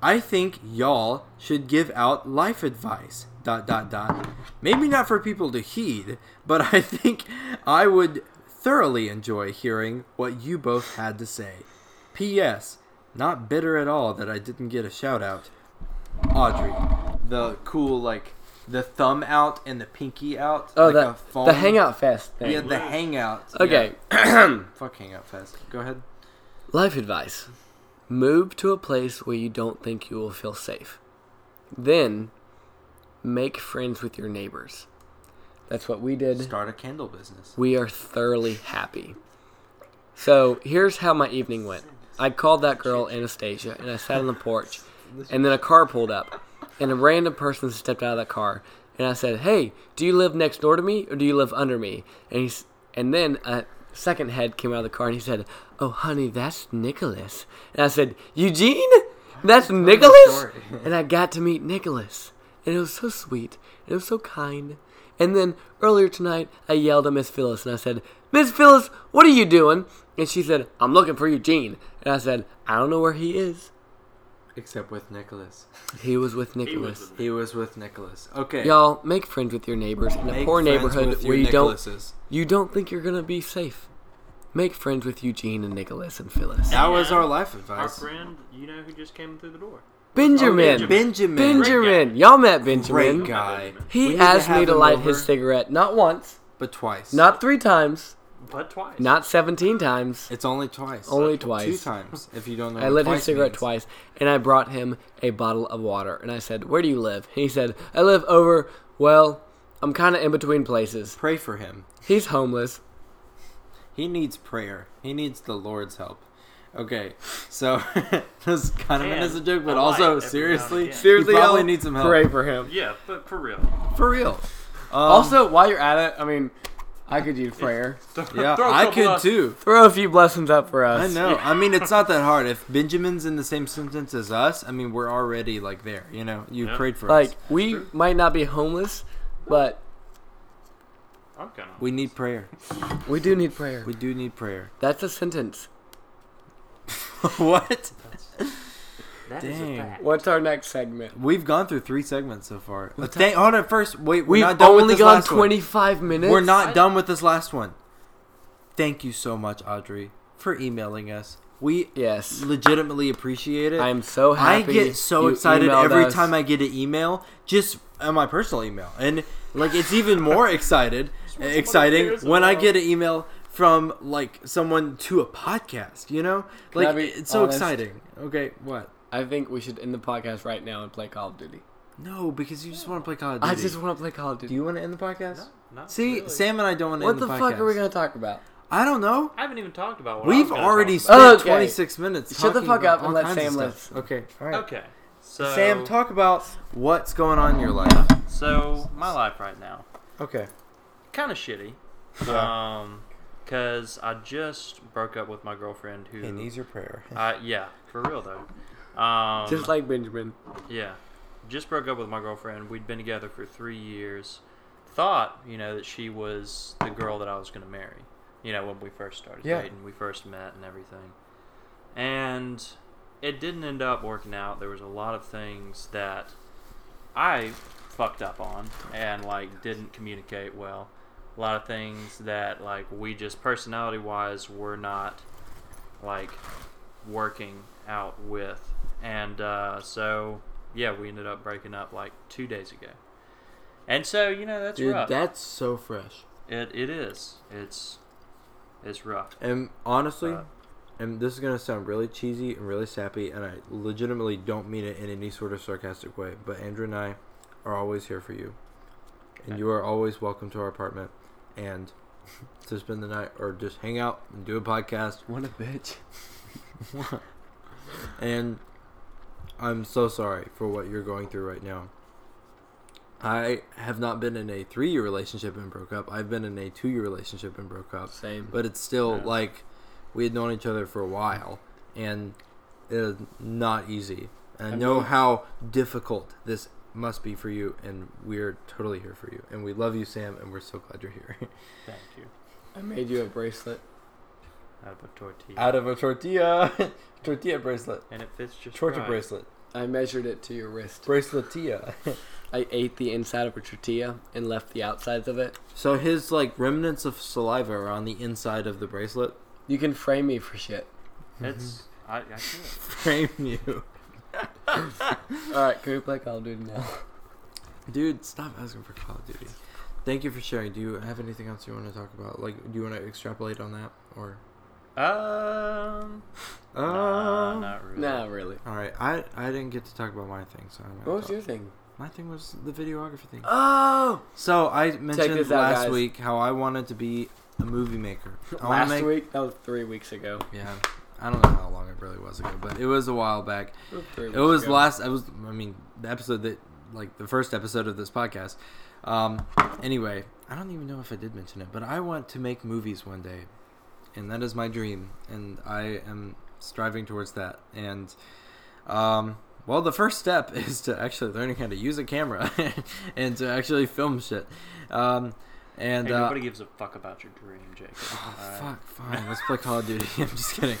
S2: I think y'all should give out life advice. Dot dot dot. Maybe not for people to heed, but I think I would thoroughly enjoy hearing what you both had to say. P.S. Not bitter at all that I didn't get a shout out. Audrey, the cool like the thumb out and the pinky out.
S1: Oh,
S2: like a
S1: that
S2: foam-
S1: the hangout fest thing.
S2: Yeah, the hangout.
S1: okay.
S2: Yeah, fuck hangout fest. Go ahead.
S1: Life advice move to a place where you don't think you will feel safe. Then make friends with your neighbors. That's what we did.
S2: Start a candle business.
S1: We are thoroughly happy. So here's how my evening went I called that girl Anastasia and I sat on the porch, and then a car pulled up, and a random person stepped out of that car. And I said, "Hey, do you live next door to me or do you live under me?" And he's, and then a second head came out of the car and he said, "Oh, honey, that's Nicholas." And I said, "Eugene, that's Nicholas."
S2: story.
S1: and I got to meet Nicholas, and it was so sweet, and it was so kind. And then earlier tonight, I yelled at Miss Phyllis, and I said, "Miss Phyllis, what are you doing?" And she said, "I'm looking for Eugene." And I said, "I don't know where he is."
S2: Except with Nicholas.
S1: He was with
S4: He was
S1: Nicholas.
S4: with me.
S2: He was with Nicholas. Okay.
S1: Y'all make friends with your neighbors in a
S2: Make
S1: poor
S2: friends
S1: neighborhood
S2: with your
S1: where you don't
S2: Nicholases.
S1: you don't think you're gonna be safe. Make friends with Eugene and Nicholas and Phyllis.
S2: That was
S4: Yeah.
S2: our life
S4: Our
S2: advice.
S4: friend, you know, who just came through the door.
S1: Benjamin.
S4: Oh,
S2: Benjamin.
S1: Benjamin. Y'all met Benjamin.
S2: Great guy. We
S1: He
S2: need
S1: asked
S2: have
S1: me to
S2: him
S1: light
S2: over,
S1: his cigarette not once,
S2: but twice.
S1: not three times,
S4: But twice.
S1: not 17 times,
S2: It's only twice.
S1: only
S2: Two
S1: twice.
S2: times. If you don't know.
S1: I
S2: what
S1: lit
S2: twice
S1: his cigarette
S2: means.
S1: twice, and I brought him a bottle of water. And I said, "Where do you live?" And he said, "I live over. Well, I'm kind of in between places.
S2: Pray for him.
S1: He's homeless.
S2: He needs prayer. He needs the Lord's help. Okay, so this kind of meant
S4: And
S2: as a joke, but
S4: a light
S2: also
S4: every now and
S2: seriously,
S4: again.
S2: he probably
S1: y'all,
S2: needs some help.
S1: Pray for him.
S4: Yeah, but for real.
S2: For real. Um,
S1: also, while you're at it, I mean, I could use prayer.
S2: yeah,
S4: Throw a
S2: I
S4: couple
S2: could
S4: of-
S2: too.
S1: Throw a few blessings up for
S2: I
S1: us.
S2: know. I mean, it's not that hard. If Benjamin's in the same sentence as us, I mean, we're already like there. You know, you
S4: Yeah.
S2: prayed for
S1: Like
S2: us.
S1: we might not be homeless, but
S4: I'm kind of.
S2: We need prayer.
S1: we do need prayer.
S2: We do need prayer.
S1: That's a sentence.
S2: what?
S4: That is
S2: Dang.
S4: a fact.
S1: What's our next segment?
S2: We've gone through three segments so far. But thank, hold on, first, wait, we're
S1: We've
S2: not done with
S1: only
S2: this
S1: gone
S2: last one.
S1: 25 minutes.
S2: We're not done with this last one. Thank you so much, Audrey, for emailing us. We
S1: Yes.
S2: legitimately appreciate it.
S1: I'm so
S2: I
S1: happy.
S2: get so
S1: you
S2: excited
S1: emailed
S2: every
S1: us.
S2: time I get an email, just on my personal email, and like it's even more excited, exciting
S4: cares
S2: when I
S4: about.
S2: get an email from like someone to a podcast. You know,
S1: I
S2: like
S1: be
S2: it's so
S1: honest?
S2: exciting. Okay, what?
S1: I think we should end the podcast right now and play Call of Duty.
S2: No, because you just want to play Call of Duty.
S1: I just want to play Call of
S2: Do
S1: Duty.
S2: you want to end the podcast?
S4: Not
S2: See,
S4: really.
S2: Sam and I don't want to
S1: What
S2: end
S1: the,
S2: the, podcast.
S1: fuck are we gonna talk about?
S2: I don't know.
S4: I haven't even talked about what I was
S2: We've
S4: gonna
S2: already
S4: talk
S2: spent
S1: Okay.
S2: 26 minutes.
S1: Shut the
S2: talking
S1: fuck
S2: about
S1: up and
S2: all
S1: let
S2: kinds of
S1: Sam
S2: stuff. Okay, all Oh, right.
S4: about. Okay. So
S2: Sam, talk about what's going on in your life.
S4: So my life right now,
S2: Okay.
S4: kind of shitty. Um, because I just broke up with my girlfriend who.
S2: your prayer.
S4: I, Uh, yeah, for real though. Um,
S1: Just like Benjamin.
S4: Yeah. Just broke up with my girlfriend. We'd been together for three years. Thought, you know, that she was the girl that I was going to marry. You know, when we first started
S2: Yeah.
S4: dating, we first met and everything. And it didn't end up working out. There was a lot of things that I fucked up on and, like, didn't communicate well. A lot of things that, like, we just personality wise were not, like, working out with. And uh, so, yeah, we ended up breaking up like two days ago. And so, you know, that's
S2: Dude,
S4: rough.
S2: that's so fresh.
S4: it, it is. It's it's rough.
S2: And honestly,
S4: Uh,
S2: and this is gonna sound really cheesy and really sappy, and I legitimately don't mean it in any sort of sarcastic way. But Andrew and I are always here for you, and
S4: Okay.
S2: you are always welcome to our apartment, and to spend the night or just hang out and do a podcast.
S5: What a bitch.
S2: And I'm so sorry for what you're going through right now. I have not been in a three year relationship and broke up. I've been in a two year relationship and broke up.
S1: Same.
S2: But it's still
S4: Yeah.
S2: like we had known each other for a while and it is not easy. And I,
S1: I
S2: know
S1: mean-
S2: how difficult this must be for you and we're totally here for you. And we love you, Sam, and we're so glad you're here.
S4: Thank you.
S1: I made you a bracelet.
S4: I have a tortilla.
S2: Out of a tortilla tortilla bracelet.
S4: and it fits just
S2: Tortilla
S4: right.
S2: bracelet.
S1: I measured it to your wrist.
S2: Braceletilla.
S1: I ate the inside of a tortilla and left the outsides of it.
S2: So his like remnants of saliva are on the inside of the bracelet.
S1: You can frame me for shit.
S4: It's
S2: Mm-hmm.
S4: I, I can't.
S2: Frame you,
S1: All right, can we play Call of Duty now?
S2: dude. Stop asking for Call of Duty. Thank you for sharing. Do you have anything else you want to talk about? Like, do you want to extrapolate on that or?
S4: Um, nah,
S2: Um,
S4: not really.
S1: nah, really.
S2: All right, I I didn't get to talk about my thing, so I don't
S1: What was your thing?
S2: my thing was the videography thing.
S1: Oh,
S2: So I mentioned
S1: this out,
S2: last
S1: guys.
S2: week how I wanted to be a movie maker. I wanna
S1: last
S2: make-
S1: week. That was three weeks ago.
S2: Yeah, I don't know how long it really was ago, but it was a while back.
S1: It was, three
S2: It
S1: weeks
S2: was
S1: ago.
S2: last. I was. I mean, the episode that, like, the first episode of this podcast. Um. Anyway, I don't even know if I did mention it, but I want to make movies one day, and that is my dream, and I am striving towards that. And, um. Well, the first step is to actually learning how to use a camera and to actually film shit. Um, And
S4: Hey,
S2: uh, Oh,
S4: nobody gives a fuck about your dream, Jacob. All right.
S2: fuck, fine, let's play Call of Duty. I'm just kidding.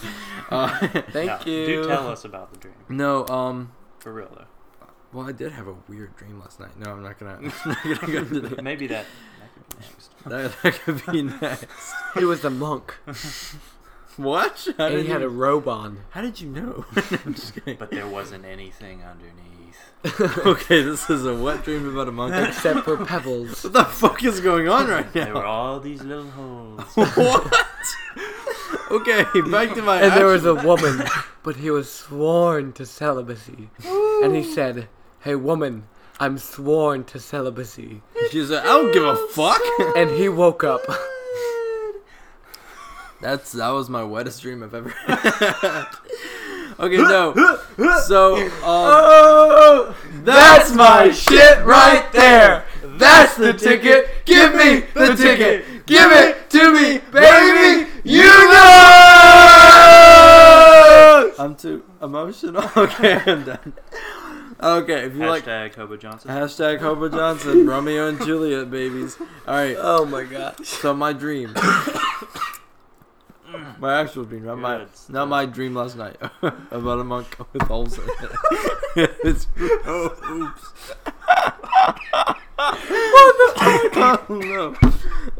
S2: Uh,
S1: Thank
S4: No,
S1: you.
S4: Do tell us about the dream,
S2: no, um,
S4: for real though.
S2: well, I did have a weird dream last night. No, I'm not gonna. I'm not gonna go into that.
S4: Maybe that. that could be next.
S2: that. That could be next.
S1: He was a monk,
S2: What? How
S1: and
S2: did,
S1: he had a
S2: you,
S1: robe on.
S2: how did you know? I'm just kidding.
S4: But there wasn't anything underneath.
S2: okay, this is a wet dream about a monkey.
S1: except for pebbles.
S2: What the fuck is going on right
S4: There were
S2: now?
S4: all these little holes.
S2: what? Okay, back to my.
S1: And there was
S2: actual-
S1: a woman, but he was sworn to celibacy. And he said, Hey, woman, I'm sworn to celibacy.
S2: She's like, I don't give a fuck.
S1: And he woke up.
S2: That's that was my wettest dream I've ever had. okay, no. So um,
S1: Oh,
S2: that's my
S1: shit right there.
S2: That's the ticket. Give me the ticket. Give it
S1: to me,
S2: baby.
S1: You know.
S2: I'm too emotional. Okay, I'm done. Okay, if you like
S4: Hashtag Hobo Johnson.
S2: hashtag Hobo Johnson, Romeo and Juliet babies. All right.
S1: Oh my god.
S2: So my dream. My actual dream, not my
S4: Good stuff.
S2: not my dream last night about a monk with holes in it. it's oops. what the fuck? Oh no.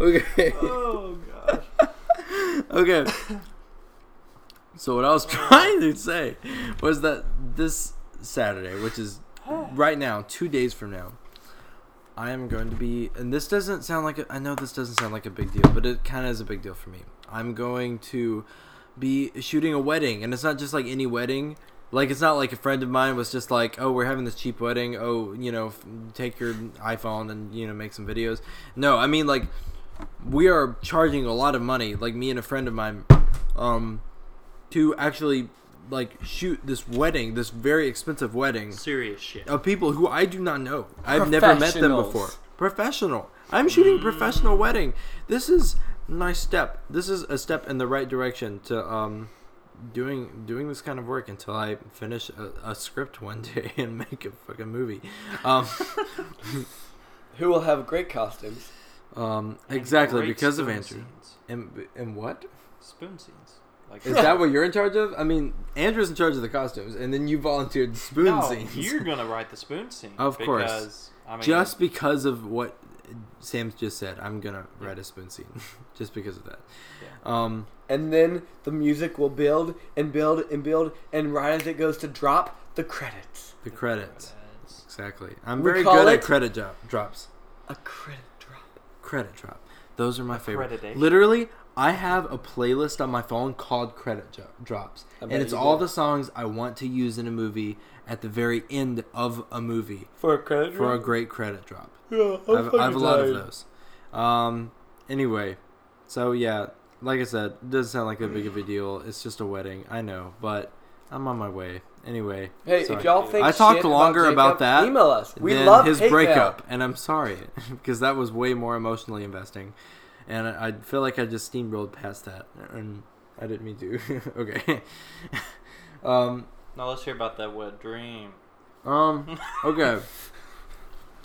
S2: Okay.
S4: Oh gosh.
S2: Okay. So what I was trying to say was that this Saturday, which is right now, two days from now, I am going to be, and this doesn't sound like a, I know this doesn't sound like a big deal, but it kind of is a big deal for me. I'm going to be shooting a wedding, and it's not just like any wedding. Like it's not like a friend of mine was just like, oh, we're having this cheap wedding. Oh, you know, f- take your iPhone and you know make some videos. No, I mean like we are charging a lot of money like me and a friend of mine um to actually like shoot this wedding this very expensive wedding
S4: Serious shit.
S2: of people who i do not know i've never met them
S1: Professionals.
S2: before professional i'm shooting professional wedding this is my step this is a step in the right direction to um doing doing this kind of work until i finish a, a script one day and make a fucking movie um
S5: Who will have great costumes?
S2: um exactly
S4: Great
S2: because of
S4: spoon
S2: andrew
S4: Scenes.
S2: and, and what
S4: Spoon scenes. Like
S2: Is that what you're in charge of? I mean, Andrew's in charge of the costumes, and then you volunteered spoon
S4: no,
S2: scenes.
S4: You're gonna write the spoon scene.
S2: Of course.
S4: Because, I mean,
S2: Just because of what Sam just said, I'm gonna write a spoon scene. just because of that. Um,
S1: And then the music will build and build and build, and right as it goes to drop, the credits.
S2: the credits.
S4: that's-
S2: Exactly. I'm
S1: We
S2: very
S1: call
S2: good
S1: it-
S2: at credit drop, drops.
S1: A credit drop.
S2: Credit drop. Those are my favorite.
S4: Accreditation.
S2: Literally, I have a playlist on my phone called Credit jo- Drops, and
S1: bet
S2: it's
S1: you
S2: all
S1: do.
S2: the songs I want to use in a movie at the very end of a movie.
S1: For a credit
S2: for a great credit drop.
S1: Yeah, I'm
S2: I've, I have a lot of
S1: fucking
S2: those. Um, anyway, so yeah, like I said, it doesn't sound like that big of a deal. It's just a wedding, I know, but I'm on my way. Anyway,
S5: Hey,
S2: sorry.
S5: if y'all think
S2: I talked
S5: shit
S2: longer about
S5: about, Jacob,
S2: that
S5: Email us. We
S2: than
S5: love
S2: his
S5: hate mail.
S2: breakup, and I'm sorry because that was way more emotionally investing, and I, I feel like I just steamrolled past that, and I didn't mean to. okay. um.
S4: Now let's hear about that wet dream.
S2: Um. Okay.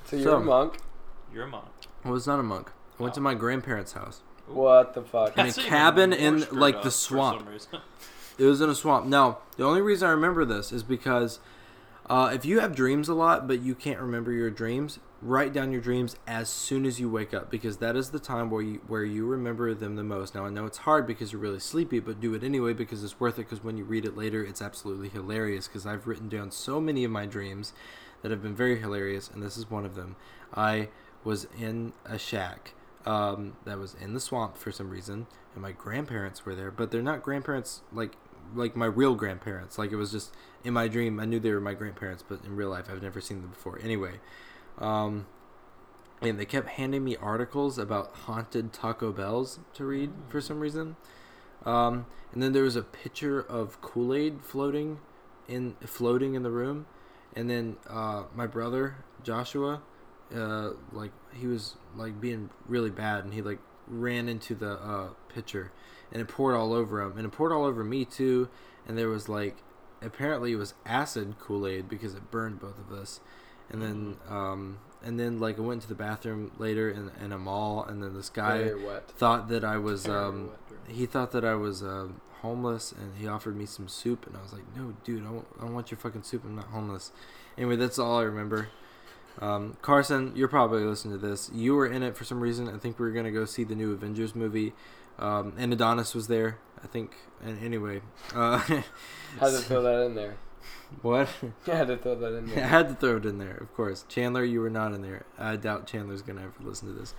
S5: So you're
S2: So-
S5: a monk.
S4: Your mom.
S2: I was not a monk. I went to my grandparents' house.
S5: What the fuck?
S2: In a cabin in, like, the swamp. It was in a swamp. Now, the only reason I remember this is because uh, if you have dreams a lot, but you can't remember your dreams, write down your dreams as soon as you wake up because that is the time where you where you remember them the most. Now, I know it's hard because you're really sleepy, but do it anyway because it's worth it. Because when you read it later, it's absolutely hilarious. Because I've written down so many of my dreams that have been very hilarious, and this is one of them. I was in a shack um, that was in the swamp for some reason, and my grandparents were there, but they're not grandparents like like my real grandparents. Like it was just in my dream, I knew they were my grandparents, but in real life, I've never seen them before. Anyway, um, and they kept handing me articles about haunted Taco Bells to read for some reason. Um, and then there was a picture of Kool Aid floating in floating in the room, and then uh, my brother Joshua, uh, like he was like being really bad, and he like ran into the uh, pitcher, and it poured all over him, and it poured all over me too, and there was like apparently it was acid Kool Aid because it burned both of us, and then um, and then like I went to the bathroom later in, in a mall, and then this guy
S5: Very wet.
S2: thought that I was
S5: Very
S2: um,
S5: wet dream.
S2: he thought that I was um homeless, and he offered me some soup, and I was like, no, dude, I don't, I don't want your fucking soup. I'm not homeless. Anyway, that's all I remember. Um, Carson, you're probably listening to this. You were in it for some reason. I think we were gonna go see the new Avengers movie, um, and Adonis was there. I think. And anyway, uh,
S5: Had to throw that in there.
S2: what?
S5: I had to throw that in
S2: I
S5: there.
S2: had to throw it in there, of course. Chandler, you were not in there. I doubt Chandler's gonna ever listen to this.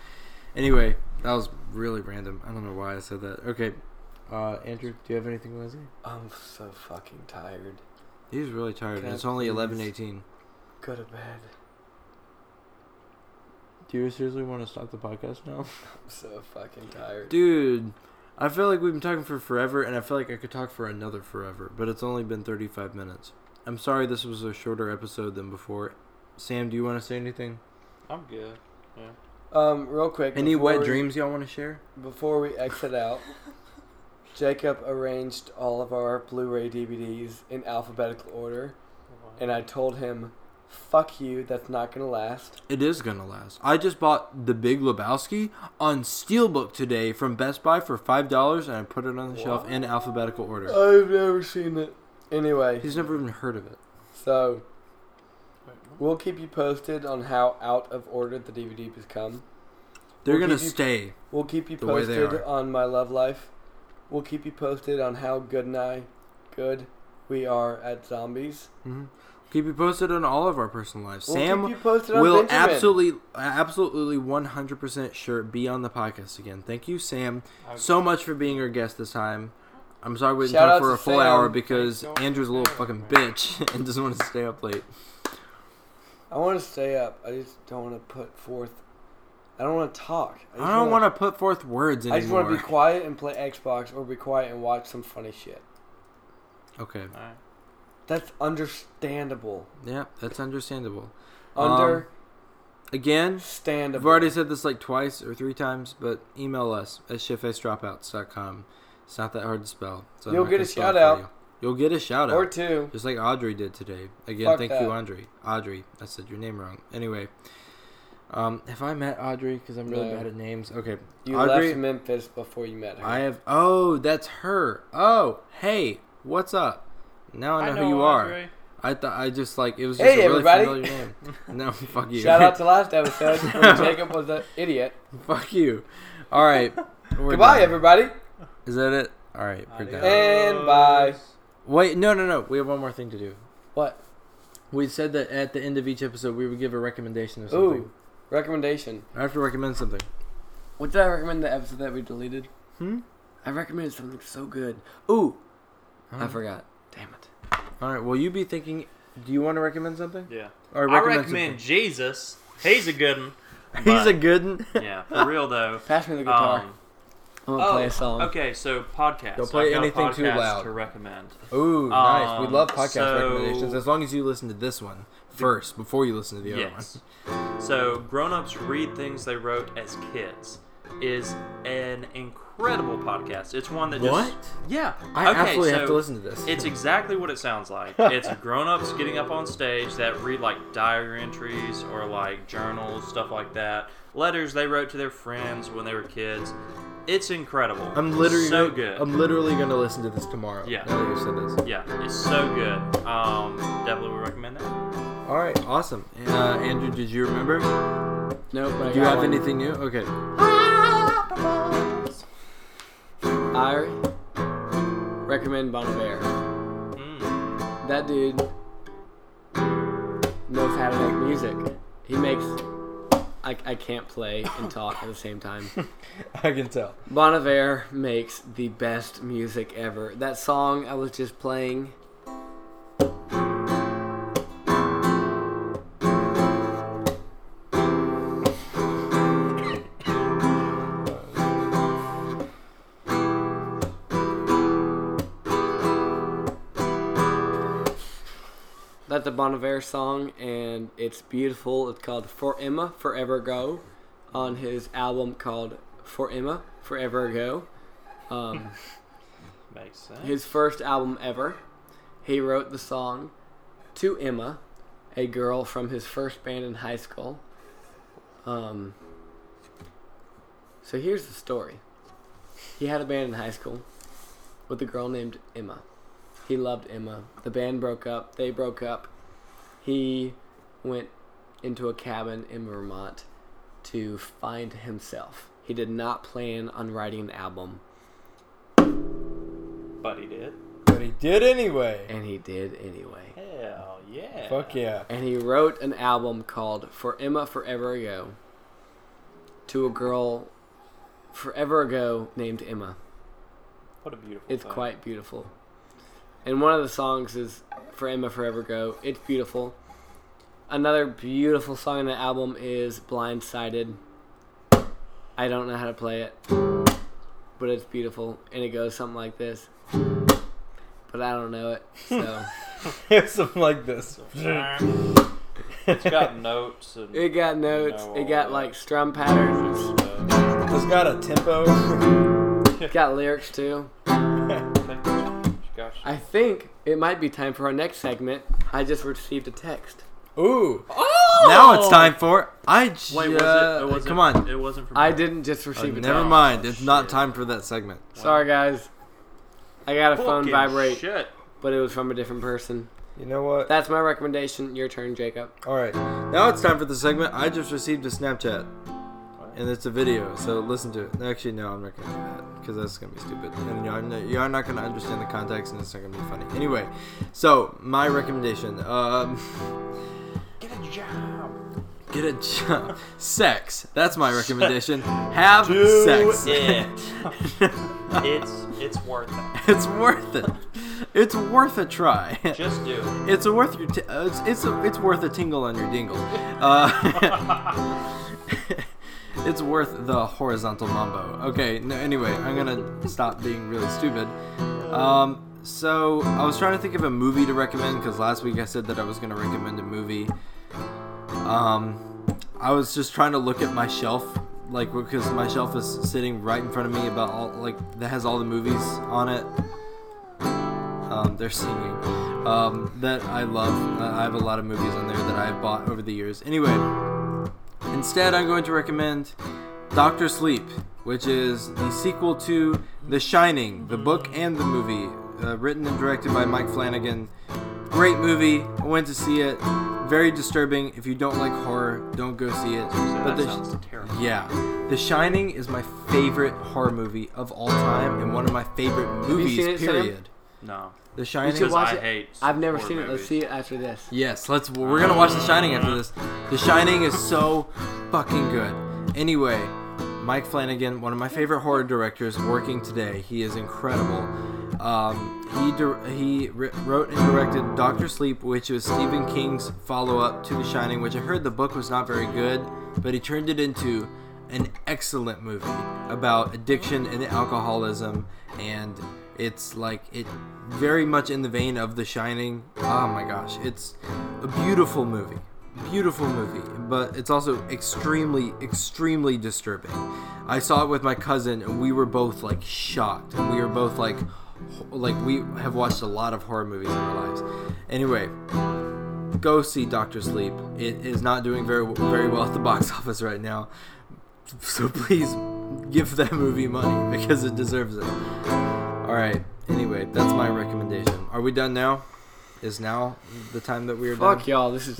S2: Anyway, that was really random. I don't know why I said that. Okay, uh, Andrew, do you have anything to say?
S5: I'm so fucking tired.
S2: He's really tired.
S5: Can
S2: and
S5: I
S2: it's only
S5: please-
S2: eleven eighteen.
S5: Go to bed.
S2: Do you seriously want to stop the podcast now,
S5: I'm so fucking tired.
S2: dude? I feel like we've been talking for forever, and I feel like I could talk for another forever. But it's only been thirty-five minutes. I'm sorry this was a shorter episode than before. Sam, do you want to say anything?
S4: I'm good.
S5: Um, real quick.
S2: Any
S5: before
S2: wet
S5: we-
S2: dreams y'all want to share?
S5: Before we exit out, Jacob arranged all of our Blu-ray DVDs in alphabetical order, and I told him, "Fuck you. That's not gonna last."
S2: It is gonna last. I just bought The Big Lebowski on Steelbook today from Best Buy for five dollars, and I put it on the shelf in alphabetical order.
S5: I've never seen it. Anyway,
S2: He's never even heard of it.
S5: so we'll keep you posted on how out of order the DVD has come.
S2: They're
S5: We'll
S2: gonna
S5: give you-
S2: stay.
S5: We'll keep you
S2: The way they
S5: posted
S2: are.
S5: on my love life. We'll keep you posted on how good and I, good we are at zombies.
S2: Mhm. Keep you posted on all of our personal lives.
S5: We'll
S2: Sam
S5: keep you posted on
S2: will
S5: Benjamin.
S2: absolutely, absolutely, one hundred percent sure be on the podcast again. Thank you, Sam, so much for being our guest this time. I'm sorry we didn't
S5: Shout
S2: talk
S5: out
S2: for
S5: to
S2: a full
S5: Sam.
S2: hour because Andrew's a little fucking bitch and doesn't want to stay up late.
S5: I want to stay up. I just don't want to put forth. I don't want to talk.
S2: I don't want to put forth words
S5: I just
S2: anymore.
S5: want to be quiet and play Xbox, or be quiet and watch some funny shit.
S2: Okay.
S4: Alright.
S5: That's understandable.
S2: Yeah, that's understandable. Um,
S5: Understandable.
S2: Again, I've already said this like twice or three times, but email us at shitfacedropouts.com. It's not that hard to spell. So I'm
S5: You'll
S2: not
S5: get
S2: gonna
S5: a
S2: spell it
S5: shout-out.
S2: for you. You'll get a shout out.
S5: or two.
S2: Just like Audrey did today. Again,
S5: Fuck
S2: thank
S5: that.
S2: you, Audrey. Audrey, I said your name wrong. Anyway, um, have I met Audrey? Because I'm really
S5: No.
S2: bad at names. Okay,
S5: You
S2: Audrey,
S5: left Memphis before you met her.
S2: I have. Oh, that's her. Oh, hey, what's up? Now I know, who you are. I thought I just like it was just
S5: Hey,
S2: a really
S5: everybody.
S2: familiar name. no, fuck you.
S5: Shout out to last episode when Jacob was an idiot.
S2: Fuck you. All right. we're
S5: Goodbye,
S2: done.
S5: everybody.
S2: Is that it? All right, we're
S4: Adios.
S2: done.
S5: And bye.
S2: Wait, no, no, no. We have one more thing to do.
S5: What?
S2: We said that at the end of each episode we would give a recommendation or something.
S5: Ooh, recommendation.
S2: I have to recommend something.
S1: What did I recommend the episode that we deleted?
S2: Hmm?
S1: I recommended something so good. Ooh,
S2: Hmm?
S1: I forgot. Damn it.
S2: All right. Well, you be thinking. Do you want to recommend something?
S4: Yeah.
S2: Or
S4: I recommend Jesus. He's a good one.
S2: something? He's a good. one.
S4: yeah, for real though.
S1: Pass me the guitar.
S4: Um,
S1: I'm gonna play a song.
S4: Okay, so podcast.
S2: Don't play
S4: I've got a
S2: anything too
S4: podcast
S2: loud.
S4: To recommend.
S2: Ooh, nice. We
S4: Um,
S2: love podcast
S4: so-
S2: recommendations as long as you listen to this one first before you listen to the other one.
S4: Yes. So, Grown Ups Read Things They Wrote as Kids is an incredible podcast. It's one that just.
S2: What?
S4: Yeah.
S2: I
S4: okay,
S2: absolutely have
S4: so
S2: to listen to this.
S4: It's exactly what it sounds like. It's grown ups getting up on stage that read like diary entries or like journals, stuff like that. Letters they wrote to their friends when they were kids. It's incredible.
S2: I'm literally
S4: so good.
S2: I'm literally gonna listen to this tomorrow.
S4: Yeah.
S2: Now that you said this.
S4: yeah, it's so good. Um, definitely would recommend that.
S2: All right, awesome. Uh, Andrew, did you remember?
S1: Nope. but I
S2: Do you
S1: got
S2: have
S1: one.
S2: anything new? Okay.
S1: I recommend Bon Iver.
S4: Mm.
S1: That dude knows how to make music. He makes. I, I can't play and talk at the same time.
S2: I can tell.
S1: Bon Iver makes the best music ever. That song I was just playing. That's a Bon Iver song, and it's beautiful. It's called For Emma, Forever Go, on his album called For Emma, Forever Go. Um,
S4: Makes sense.
S1: his first album ever. He wrote the song to Emma, a a girl from his first band in high school. Um, so here's the story. He had a band in high school with a girl named Emma. He loved Emma. The band broke up. They broke up. He went into a cabin in Vermont to find himself. He did not plan on writing an album,
S4: But he did.
S5: But he did anyway.
S1: and he did anyway.
S4: Hell yeah.
S5: Fuck yeah.
S1: and he wrote an album called For Emma Forever Ago to a girl forever ago named Emma.
S4: What a beautiful
S1: It's
S4: thing.
S1: quite beautiful. And one of the songs is For Emma Forever Ago. It's beautiful. Another beautiful song on the album is Blindsided. I don't know how to play it, but it's beautiful. And it goes something like this. But I don't know it, so.
S5: It's something like this.
S4: it's got notes and
S1: It got notes. It got like strum patterns.
S4: uh,
S5: It's got a tempo.
S1: It got lyrics too.
S4: gosh.
S1: I think it might be time for our next segment. I just received a text.
S5: Ooh.
S2: Now
S5: Oh.
S2: it's time for I just uh,
S4: Wait, was it? It wasn't.
S2: come on.
S4: It wasn't from.
S1: I didn't just receive a
S2: Never
S1: text.
S2: mind.
S4: Oh,
S2: It's not time for that segment.
S1: Sorry, guys. I got a phone
S4: Fucking
S1: vibrate,
S4: Shit.
S1: but it was from a different person.
S5: You know what?
S1: That's my recommendation. Your turn, Jacob.
S5: All right.
S2: Now it's time for the segment. I just received a Snapchat, and it's a video. So listen to it. Actually, no, I'm not gonna do that because that's gonna be stupid, and you are not, you are not gonna understand the context, and it's not gonna be funny. Anyway, so my recommendation. Um,
S4: Get a job.
S2: Get a job. Sex. That's my recommendation. Have sex.
S4: it's it's worth it.
S2: it's worth it. It's worth a try.
S4: Just do it.
S2: It's a worth your. T- uh, it's it's, a, it's worth a tingle on your dingle. Uh, it's worth the horizontal mambo. Okay. No, anyway, I'm gonna stop being really stupid. Um. So I was trying to think of a movie to recommend because last week I said that I was gonna recommend a movie. Um, I was just trying to look at my shelf, like because my shelf is sitting right in front of me about all like that has all the movies on it. Um, they're singing. Um, that I love. Uh, I I have a lot of movies on there that I've bought over the years. Anyway, instead I'm going to recommend Doctor Sleep, which is the sequel to The Shining, the book and the movie, uh, written and directed by Mike Flanagan. Great movie. I went to see it. Very disturbing. If you don't like horror, don't go see it.
S4: So
S2: but
S4: that
S2: the,
S4: sounds terrible.
S2: yeah, The Shining is my favorite horror movie of all time and one of my favorite movies.
S1: seen it, Sam?
S2: period.
S4: No.
S2: The
S1: You should
S2: Shining.
S4: Because
S1: watch
S4: I
S1: it.
S4: hate
S1: I've never
S4: horror
S1: seen it. Let's
S4: movies.
S1: see it after this.
S2: Yes, let's. We're gonna watch The Shining after this. The Shining is so fucking good. Anyway, Mike Flanagan, one of my favorite horror directors, working today. He is incredible. Um, he dir- he ri- wrote and directed Doctor Sleep, which was Stephen King's follow-up to The Shining, which I heard the book was not very good, but he turned it into an excellent movie about addiction and alcoholism and it's like it very much in the vein of the shining oh my gosh it's a beautiful movie beautiful movie but it's also extremely extremely disturbing i saw it with my cousin and we were both like shocked and we were both like ho- like we have watched a lot of horror movies in our lives anyway go see Doctor Sleep. It is not doing very very well at the box office right now, so please give that movie money because it deserves it. All right. Anyway, that's my recommendation. Are we done now? Is now the time that we are done?
S1: Fuck y'all. This is